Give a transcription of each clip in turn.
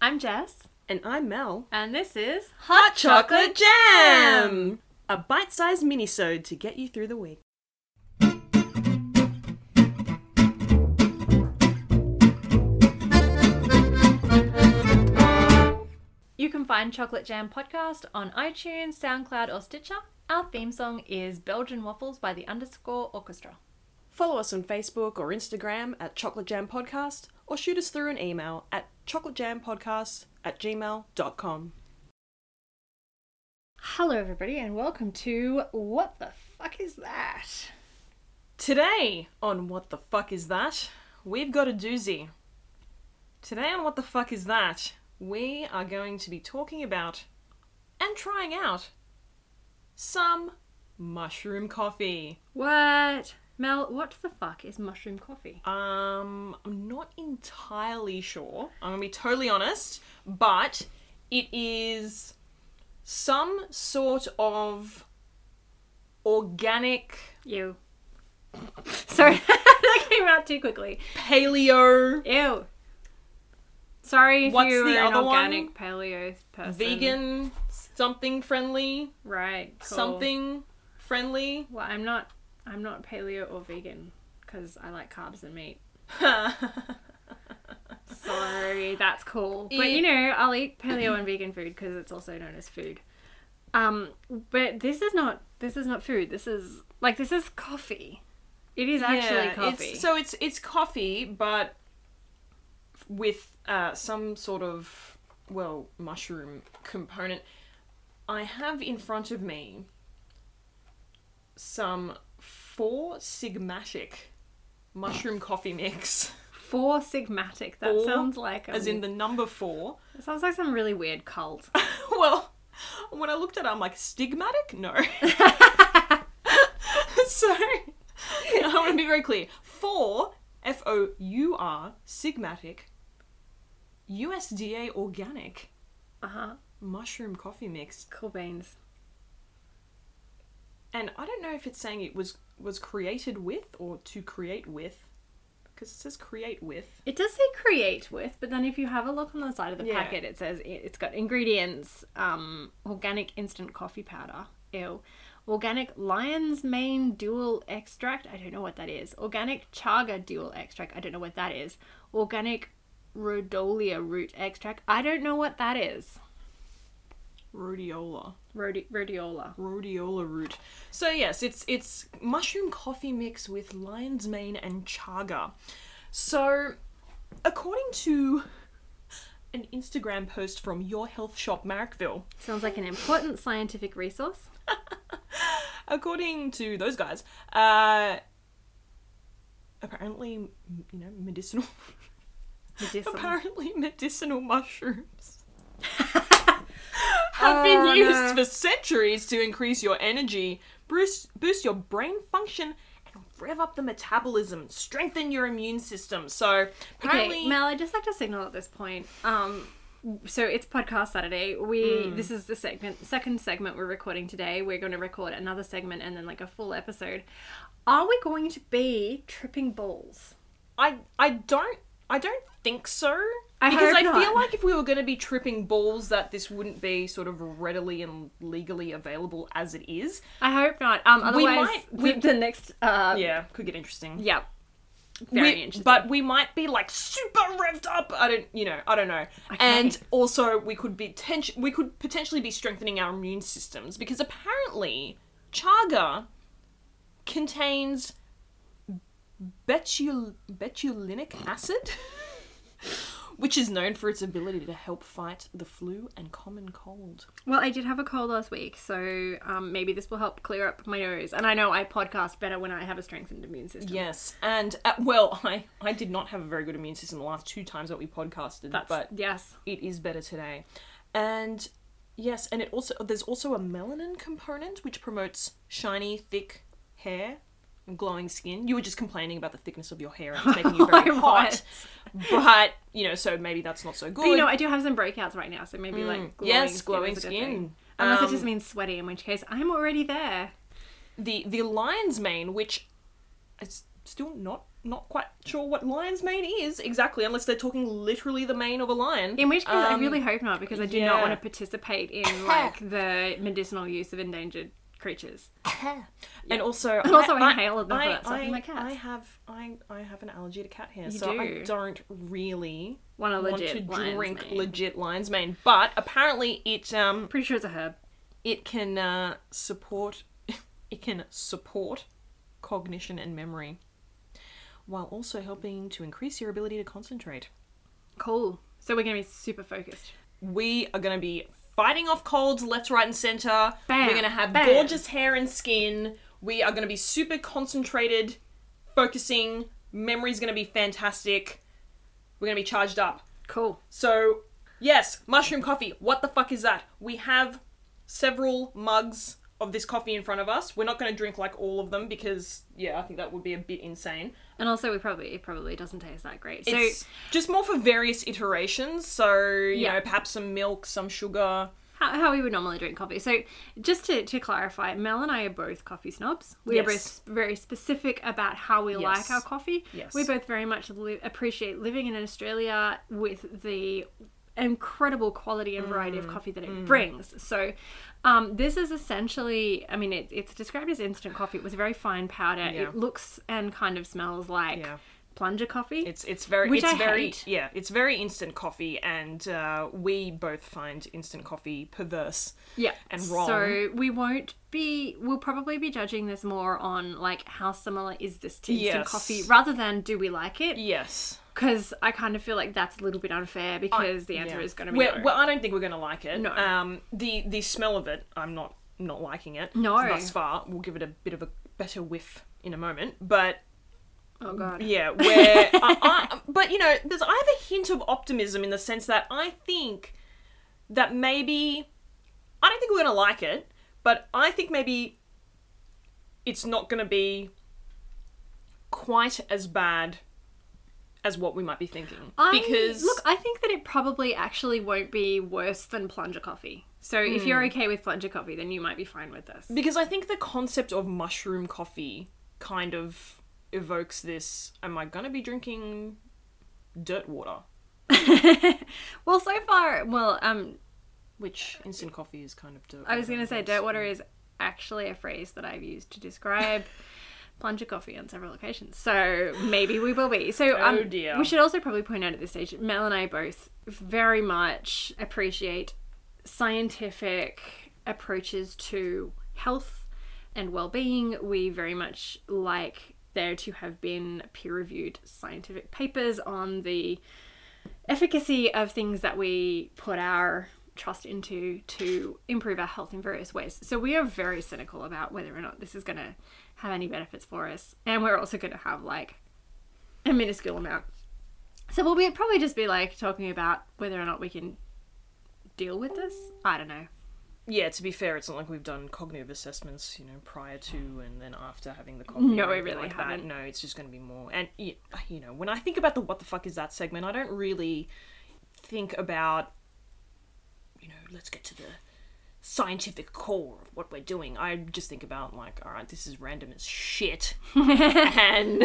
I'm Jess, And I'm Mel. and this is Hot Chocolate Jam! A bite-sized mini-sode to get you through the week. You can find Chocolate Jam Podcast on iTunes, SoundCloud, or Stitcher. Our theme song is Belgian Waffles by the Underscore Orchestra. Follow us on Facebook or Instagram at Chocolate Jam Podcast or shoot us through an email at chocolatejampodcast at gmail.com. Hello, everybody, and welcome to What the Fuck Is That? Today on What the Fuck Is That, we've got a doozy. Today on What the Fuck Is That, we are going to be talking about and trying out some mushroom coffee. What? Mel, what the fuck is mushroom coffee? Um, I'm not entirely sure. I'm gonna be totally honest, but it is some sort of organic Ew. Sorry, that came out too quickly. paleo Ew. Sorry if What's you were the an other one? organic paleo person. vegan something friendly Right. cool. something friendly. Well, I'm not. I'm not paleo or vegan because I like carbs and meat. Sorry, that's cool. But you know, I'll eat paleo and vegan food because it's also known as food. Um, but this is not. This is not food. This is like this is coffee. It is actually Yeah, coffee. It's, so it's it's coffee, but with uh, some sort of well mushroom component. I have in front of me some four sigmatic mushroom coffee mix, four sigmatic. That Four, sounds like a, as in the number four. it sounds like some really weird cult. well, when I looked at it, I'm like, stigmatic? No. so, I want to be very clear. For F O U R, sigmatic, USDA organic Uh huh. mushroom coffee mix. Cool beans. And I don't know if it's saying it was was created with or to create with, because it says create with. It does say create with, but then if you have a look on the side of the Yeah. packet, it says it- it's got ingredients um, organic instant coffee powder, ew, organic lion's mane dual extract, I don't know what that is, organic chaga dual extract, I don't know what that is, organic rhodolia root extract, I don't know what that is. Rhodiola. Rhodi- rhodiola. Rhodiola root. So yes, it's it's mushroom coffee mix with lion's mane and chaga. So, according to an Instagram post from Your Health Shop Marrickville, Sounds like an important scientific resource. according to those guys, uh, apparently m- you know medicinal, Medicinal. apparently medicinal mushrooms. Have been Oh, no. used for centuries to increase your energy, boost, boost your brain function, and rev up the metabolism, strengthen your immune system. So, apparently, Okay, Mel, I just like to signal at this point. Um, so it's podcast Saturday. We this is the segment, second segment we're recording today. We're going to record another segment and then like a full episode. Are we going to be tripping balls? I I don't I don't think so. I because hope I not. feel like if we were going to be tripping balls, that this wouldn't be sort of readily and legally available as it is. I hope not. Um, otherwise, might- the- we- the next. Uh, yeah. Yeah, could get interesting. Very we, interesting. But we might be like super revved up. I don't, you know, I don't know. Okay. And also, we could be tension. We could potentially be strengthening our immune systems because apparently, chaga contains betul- betulinic acid, which is known for its ability to help fight the flu and common cold. Well, I did have a cold last week, so um, maybe this will help clear up my nose. And I know I podcast better when I have a strengthened immune system. Yes, and uh, well, I I did not have a very good immune system the last two times that we podcasted, That's but yes. it is better today. And yes, and it also there's also a melanin component which promotes shiny, thick hair and glowing skin. You were just complaining about the thickness of your hair and it's making you very I hot. was. But, you know, so maybe that's not so good. Mm. But you know, I do have some breakouts right now, so maybe like glowing yes, skin glowing is a good skin. thing. Unless Um, it just means sweaty, in which case I'm already there. the the lion's mane, which is still not not quite sure what lion's mane is exactly, unless they're talking literally the mane of a lion. In which case, I Um, really hope not, because I do yeah. not want to participate in like the medicinal use of endangered creatures. And also, also inhale them for that stuff I, in my cats. I have I, I have an allergy to cat hair, You so I do. don't really One a want legit to lion's drink mane. legit lion's mane. But apparently, it um Pretty sure it's a herb. it can uh, support it can support cognition and memory, while also helping to increase your ability to concentrate. Cool. So we're gonna be super focused. We are going to be fighting off colds left, right, and center. Bam, We're going to have bam. gorgeous hair and skin. We are going to be super concentrated, focusing. Memory's going to be fantastic. We're going to be charged up. Cool. So, yes, mushroom coffee. What the fuck is that? We have several mugs of this coffee in front of us. We're not going to drink like all of them because, yeah, I think that would be a bit insane. And also, we probably it probably doesn't taste that great. So It's just more for various iterations. So, you Yeah. know, perhaps some milk, some sugar. how, how we would normally drink coffee. So just to, to clarify, Mel and I are both coffee snobs. We are Yes. both very specific about how we like our coffee. Yes. We both very much li- appreciate living in Australia with the incredible quality and variety Mm. of coffee that it brings. So um, this is essentially, I mean, it, it's described as instant coffee. It was a very fine powder. Yeah. It looks and kind of smells like Yeah. plunger coffee. It's it's very Which it's I very hate. yeah it's very instant coffee and uh, we both find instant coffee perverse. yeah and wrong. so we won't be we'll probably be judging this more on like how similar is this to instant Yes. coffee rather than do we like it Yes, because i kind of feel like that's a little bit unfair because the answer Oh, Yeah. is going to be Well- no. Well, I don't think we're going to like it. No. Um, the the smell of it, I'm not not liking it. No. Thus far, we'll give it a bit of a better whiff in a moment, but oh god yeah, where I, I, but you know, there's I have a hint of optimism in the sense that I think that maybe I don't think we're going to like it, but I think maybe it's not going to be quite as bad as what we might be thinking I, because look i think that it probably actually won't be worse than plunger coffee so if you're Hmm. okay with plunger coffee then you might be fine with this because I think the concept of mushroom coffee kind of evokes this am I going to be drinking dirt water well so far well um which instant coffee is kind of dirt I was going to water, say guess. dirt water is actually a phrase that I've used to describe plunger coffee on several occasions. So maybe we will be. So um, Oh, dear. we should also probably point out at this stage, Mel and I both very much appreciate scientific approaches to health and well-being. We very much like there to have been peer-reviewed scientific papers on the efficacy of things that we put our trust into to improve our health in various ways. So we are very cynical about whether or not this is going to have any benefits for us. And we're also going to have like a minuscule amount. So we'll be, probably just be like talking about whether or not we can deal with this. I don't know. Yeah, to be fair, it's not like we've done cognitive assessments, you know, prior to and then after having the coffee. No, or we anything really like that. haven't. No, it's just going to be more. And y- you know, when I think about the "what the fuck is that" segment, I don't really think about, you know, let's get to the scientific core of what we're doing. I just think about like, all right, this is random as shit, and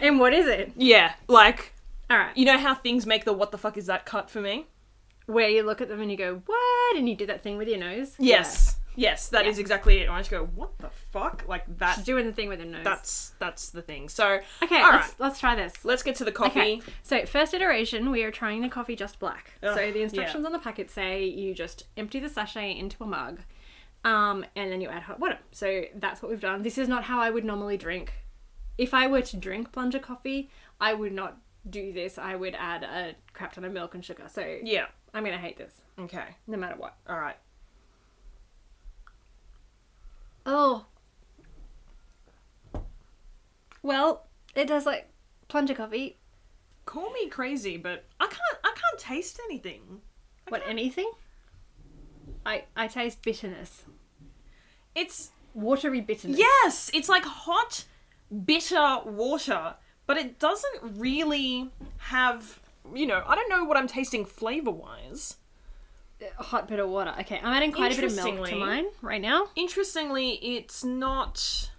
And what is it? yeah, like All right. you know how things make the "what the fuck is that" cut for me. Where you look at them and you go, what? And you do that thing with your nose. Yes, yes, that is exactly it. And I just go, what the fuck, like that. Yeah. She's doing the thing with her nose. That's that's the thing. So okay, all let's, right. let's try this. let's get to the coffee. Okay. So first iteration, we are trying the coffee just black. Ugh, so the instructions on the packet say you just empty the sachet into a mug, um, and then you add hot water. So that's what we've done. This is not how I would normally drink. If I were to drink plunger coffee, I would not do this. I would add a crap ton of milk and sugar. So Yeah. I'm gonna hate this, Okay. no matter what. All right. Oh. Well, it does like plunger coffee. Call me crazy, but I can't I can't taste anything. What anything? I I taste bitterness. It's watery bitterness. yes, it's like hot bitter water, but it doesn't really have, you know, I don't know what I'm tasting flavor-wise. Uh, Hot bitter water. Okay, I'm adding quite a bit of milk to Interestingly- mine right now. Interestingly, it's not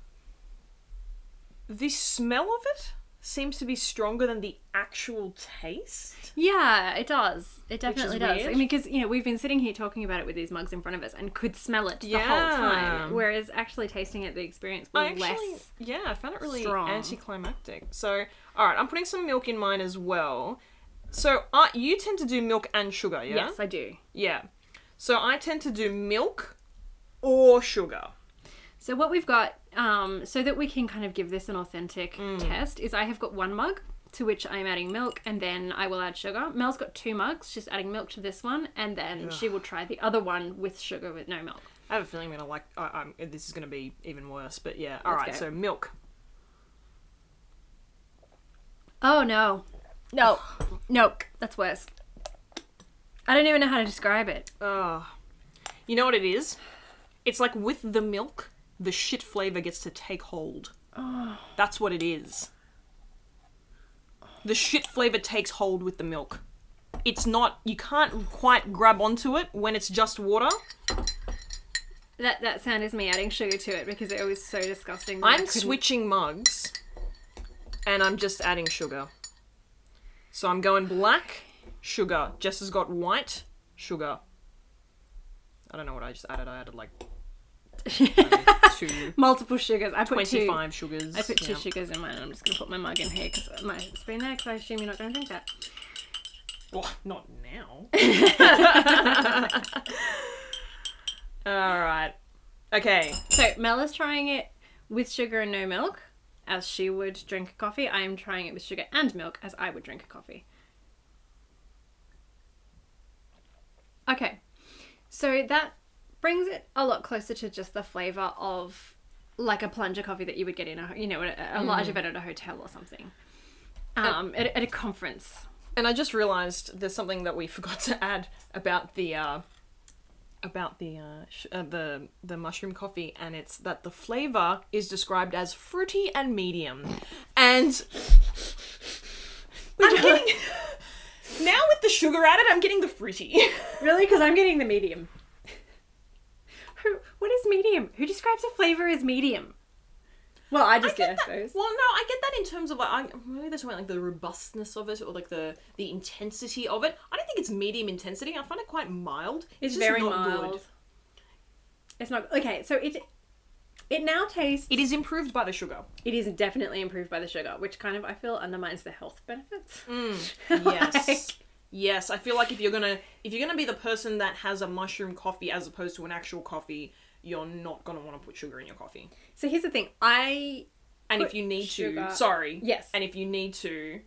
the smell of it seems to be stronger than the actual taste. Yeah, it does. It definitely does. I weird. mean, because you know we've been sitting here talking about it with these mugs in front of us and could smell it the Yeah. whole time, whereas actually tasting it, the experience was I actually, less. yeah, I found it really strong. anticlimactic. So, all right, I'm putting some milk in mine as well. So, uh, you tend to do milk and sugar, yeah? Yes, I do. Yeah. So, I tend to do milk or sugar. So what we've got, um, so that we can kind of give this an authentic test, is I have got one mug to which I am adding milk, and then I will add sugar. Mel's got two mugs; she's adding milk to this one, and then she will try the other one with sugar with no milk. I have a feeling I'm gonna like. I, I'm, this is gonna be even worse, but yeah. All Let's right. go. So milk. Oh no, no, no, that's worse. I don't even know how to describe it. Ugh. You know what it is? It's like with the milk, the shit flavor gets to take hold. That's what it is. The shit flavor takes hold with the milk. It's not. You can't quite grab onto it when it's just water. That that sound is me adding sugar to it because it was so disgusting. that I I'm couldn't- switching mugs, and I'm just adding sugar. So I'm going black, sugar. Jess has got white, sugar. I don't know what I just added. I added like two, multiple sugars. I put two. twenty-five sugars. I put two yeah. sugars in mine. and I'm just gonna put my mug in here because my spoon there. Because I assume you're not gonna drink that. Well, Oh, not now. All right. Okay. So Mel is trying it with sugar and no milk, as she would drink a coffee. I am trying it with sugar and milk, as I would drink a coffee. Okay, so that brings it a lot closer to just the flavour of like a plunger coffee that you would get in a you know at a, a large event at a hotel or something, um, at, at a conference. And I just realised there's something that we forgot to add about the uh, about the uh, sh- uh, the the mushroom coffee, and it's that the flavour is described as fruity and medium. And I'm getting now with the sugar added, I'm getting the fruity. Really, because I'm getting the medium. Who? What is medium? Who describes a flavour as medium? Well, I just get that- Well, no, I get that in terms of like I, maybe there's something like the robustness of it or like the the intensity of it. I don't think it's medium intensity. I find it quite mild. It's, just very not mild. good. It's not okay. So it it now tastes. It is improved by the sugar. it is definitely improved by the sugar, which kind of I feel undermines the health benefits. Mm, Yes. yes, I feel like if you're gonna if you're gonna be the person that has a mushroom coffee as opposed to an actual coffee, you're not gonna want to put sugar in your coffee. So here's the thing. I And if Put you need sugar- to, sorry, Yes. And if you need to,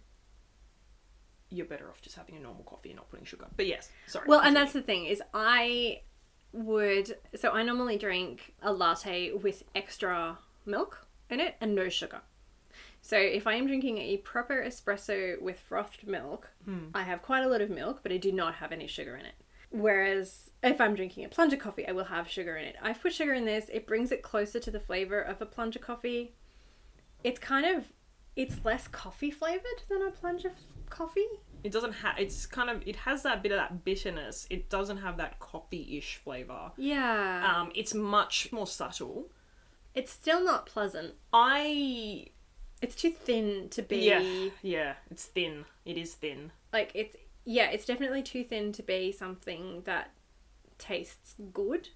you're better off just having a normal coffee and not putting sugar. But yes, sorry. well, and continue. that's the thing is I would so I normally drink a latte with extra milk in it and no sugar. So if I am drinking a proper espresso with frothed milk, I have quite a lot of milk, but I do not have any sugar in it. Whereas if I'm drinking a plunger coffee, I will have sugar in it. I've put sugar in this, it brings it closer to the flavor of a plunger coffee. It's kind of it's less coffee flavored than a plunger f- coffee. It doesn't have. It's kind of. It has that bit of that bitterness. It doesn't have that coffee-ish flavor. Yeah. Um, it's much more subtle. It's still not pleasant. I. It's too thin to be Yeah. Yeah. It's thin. It is thin. like it's yeah, it's definitely too thin to be something that tastes good.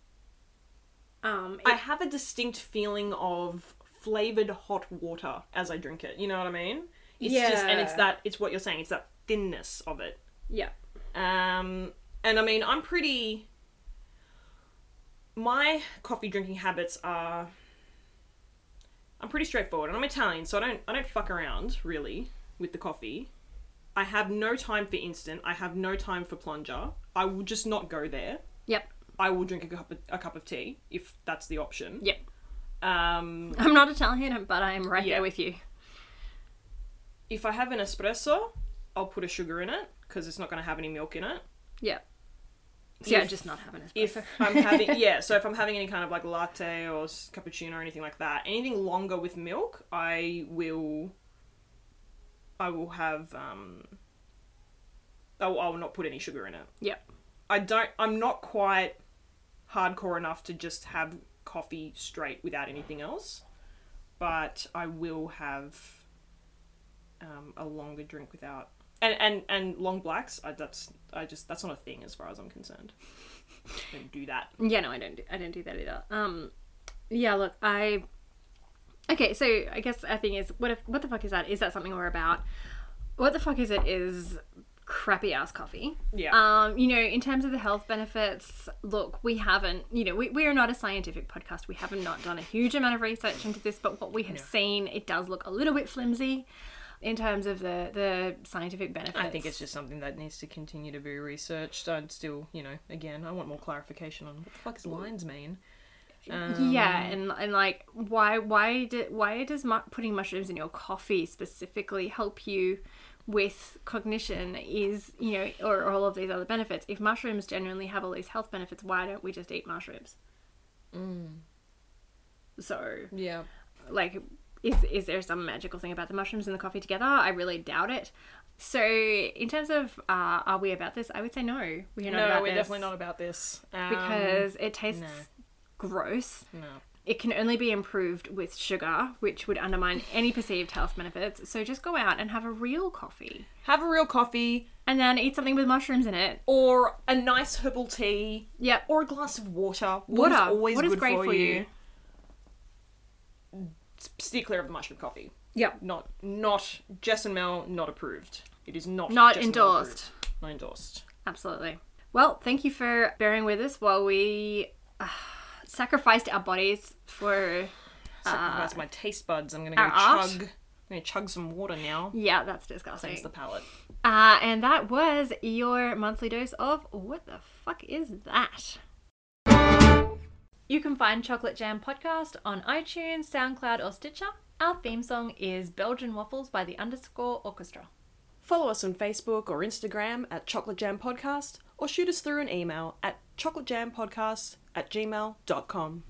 Um I it- have a distinct feeling of flavored hot water as I drink it. You know what I mean? It's just and it's Yeah. that it's what you're saying, it's that thinness of it. yeah. Um and I mean, I'm pretty my coffee drinking habits are I'm pretty straightforward. And I'm Italian, so I don't I don't fuck around really with the coffee. I have no time for instant. I have no time for plunger. I will just not go there. Yep. I will drink a cup of, a cup of tea if that's the option. Yep. Um I'm not Italian, but I am right Yeah. there with you. if I have an espresso, I'll put a sugar in it because it's not going to have any milk in it. Yep. See, I'm If- just not having If espresso. I'm having yeah, so if I'm having any kind of like latte or s- cappuccino or anything like that, anything longer with milk, I will. I will have. Um, I will, I will not put any sugar in it. Yep. I don't. I'm not quite hardcore enough to just have coffee straight without anything else, but I will have um, a longer drink without and and and long blacks. I, that's I just that's not a thing as far as I'm concerned. Don't do that. Yeah, no, I don't. Do, I don't do that either. Um, yeah, look, I. Okay, so I guess our thing is, what if, what the fuck is that? Is that something we're about? What the fuck is it? Is crappy ass coffee. Yeah. Um, you know, in terms of the health benefits, look, we haven't, you know, we, we are not a scientific podcast. We have not done a huge amount of research into this, but what we have seen, it does look a little bit flimsy in terms of the, the scientific benefits. I think it's just something that needs to continue to be researched. I'd still, you know, again, I want more clarification on what the fuck is lines mean. yeah, Um, and and like why why do, why does mu- putting mushrooms in your coffee specifically help you with cognition? Is you know or, or all of these other benefits? If mushrooms generally have all these health benefits, why don't we just eat mushrooms? Mm. So Yeah. like is is there some magical thing about the mushrooms and the coffee together i really doubt it so in terms of uh, are we about this i would say no we're not No, about we're this definitely not about this. Um, because it tastes no. gross no. it can only be improved with sugar which would undermine any perceived health benefits so just go out and have a real coffee Have a real coffee and then eat something with mushrooms in it or a nice herbal tea yep or a glass of water. Water. Water's always Water's good great for you. S- Steer clear of the mushroom coffee. yep Not not Jess and Mel not approved. It is not Not Jess and Mel endorsed. approved. Not endorsed. absolutely well thank you for bearing with us while we uh, sacrificed our bodies for Sacrifice my taste buds. I'm gonna go our art. chug. I'm gonna chug some water now. yeah that's disgusting Cleanse the palate. Uh, and that was your monthly dose of What the Fuck Is That? You can find Chocolate Jam Podcast on iTunes, SoundCloud, or Stitcher. Our theme song is Belgian Waffles by the Underscore Orchestra. Follow us on Facebook or Instagram at Chocolate Jam Podcast, or shoot us through an email at chocolatejampodcast at gmail.com.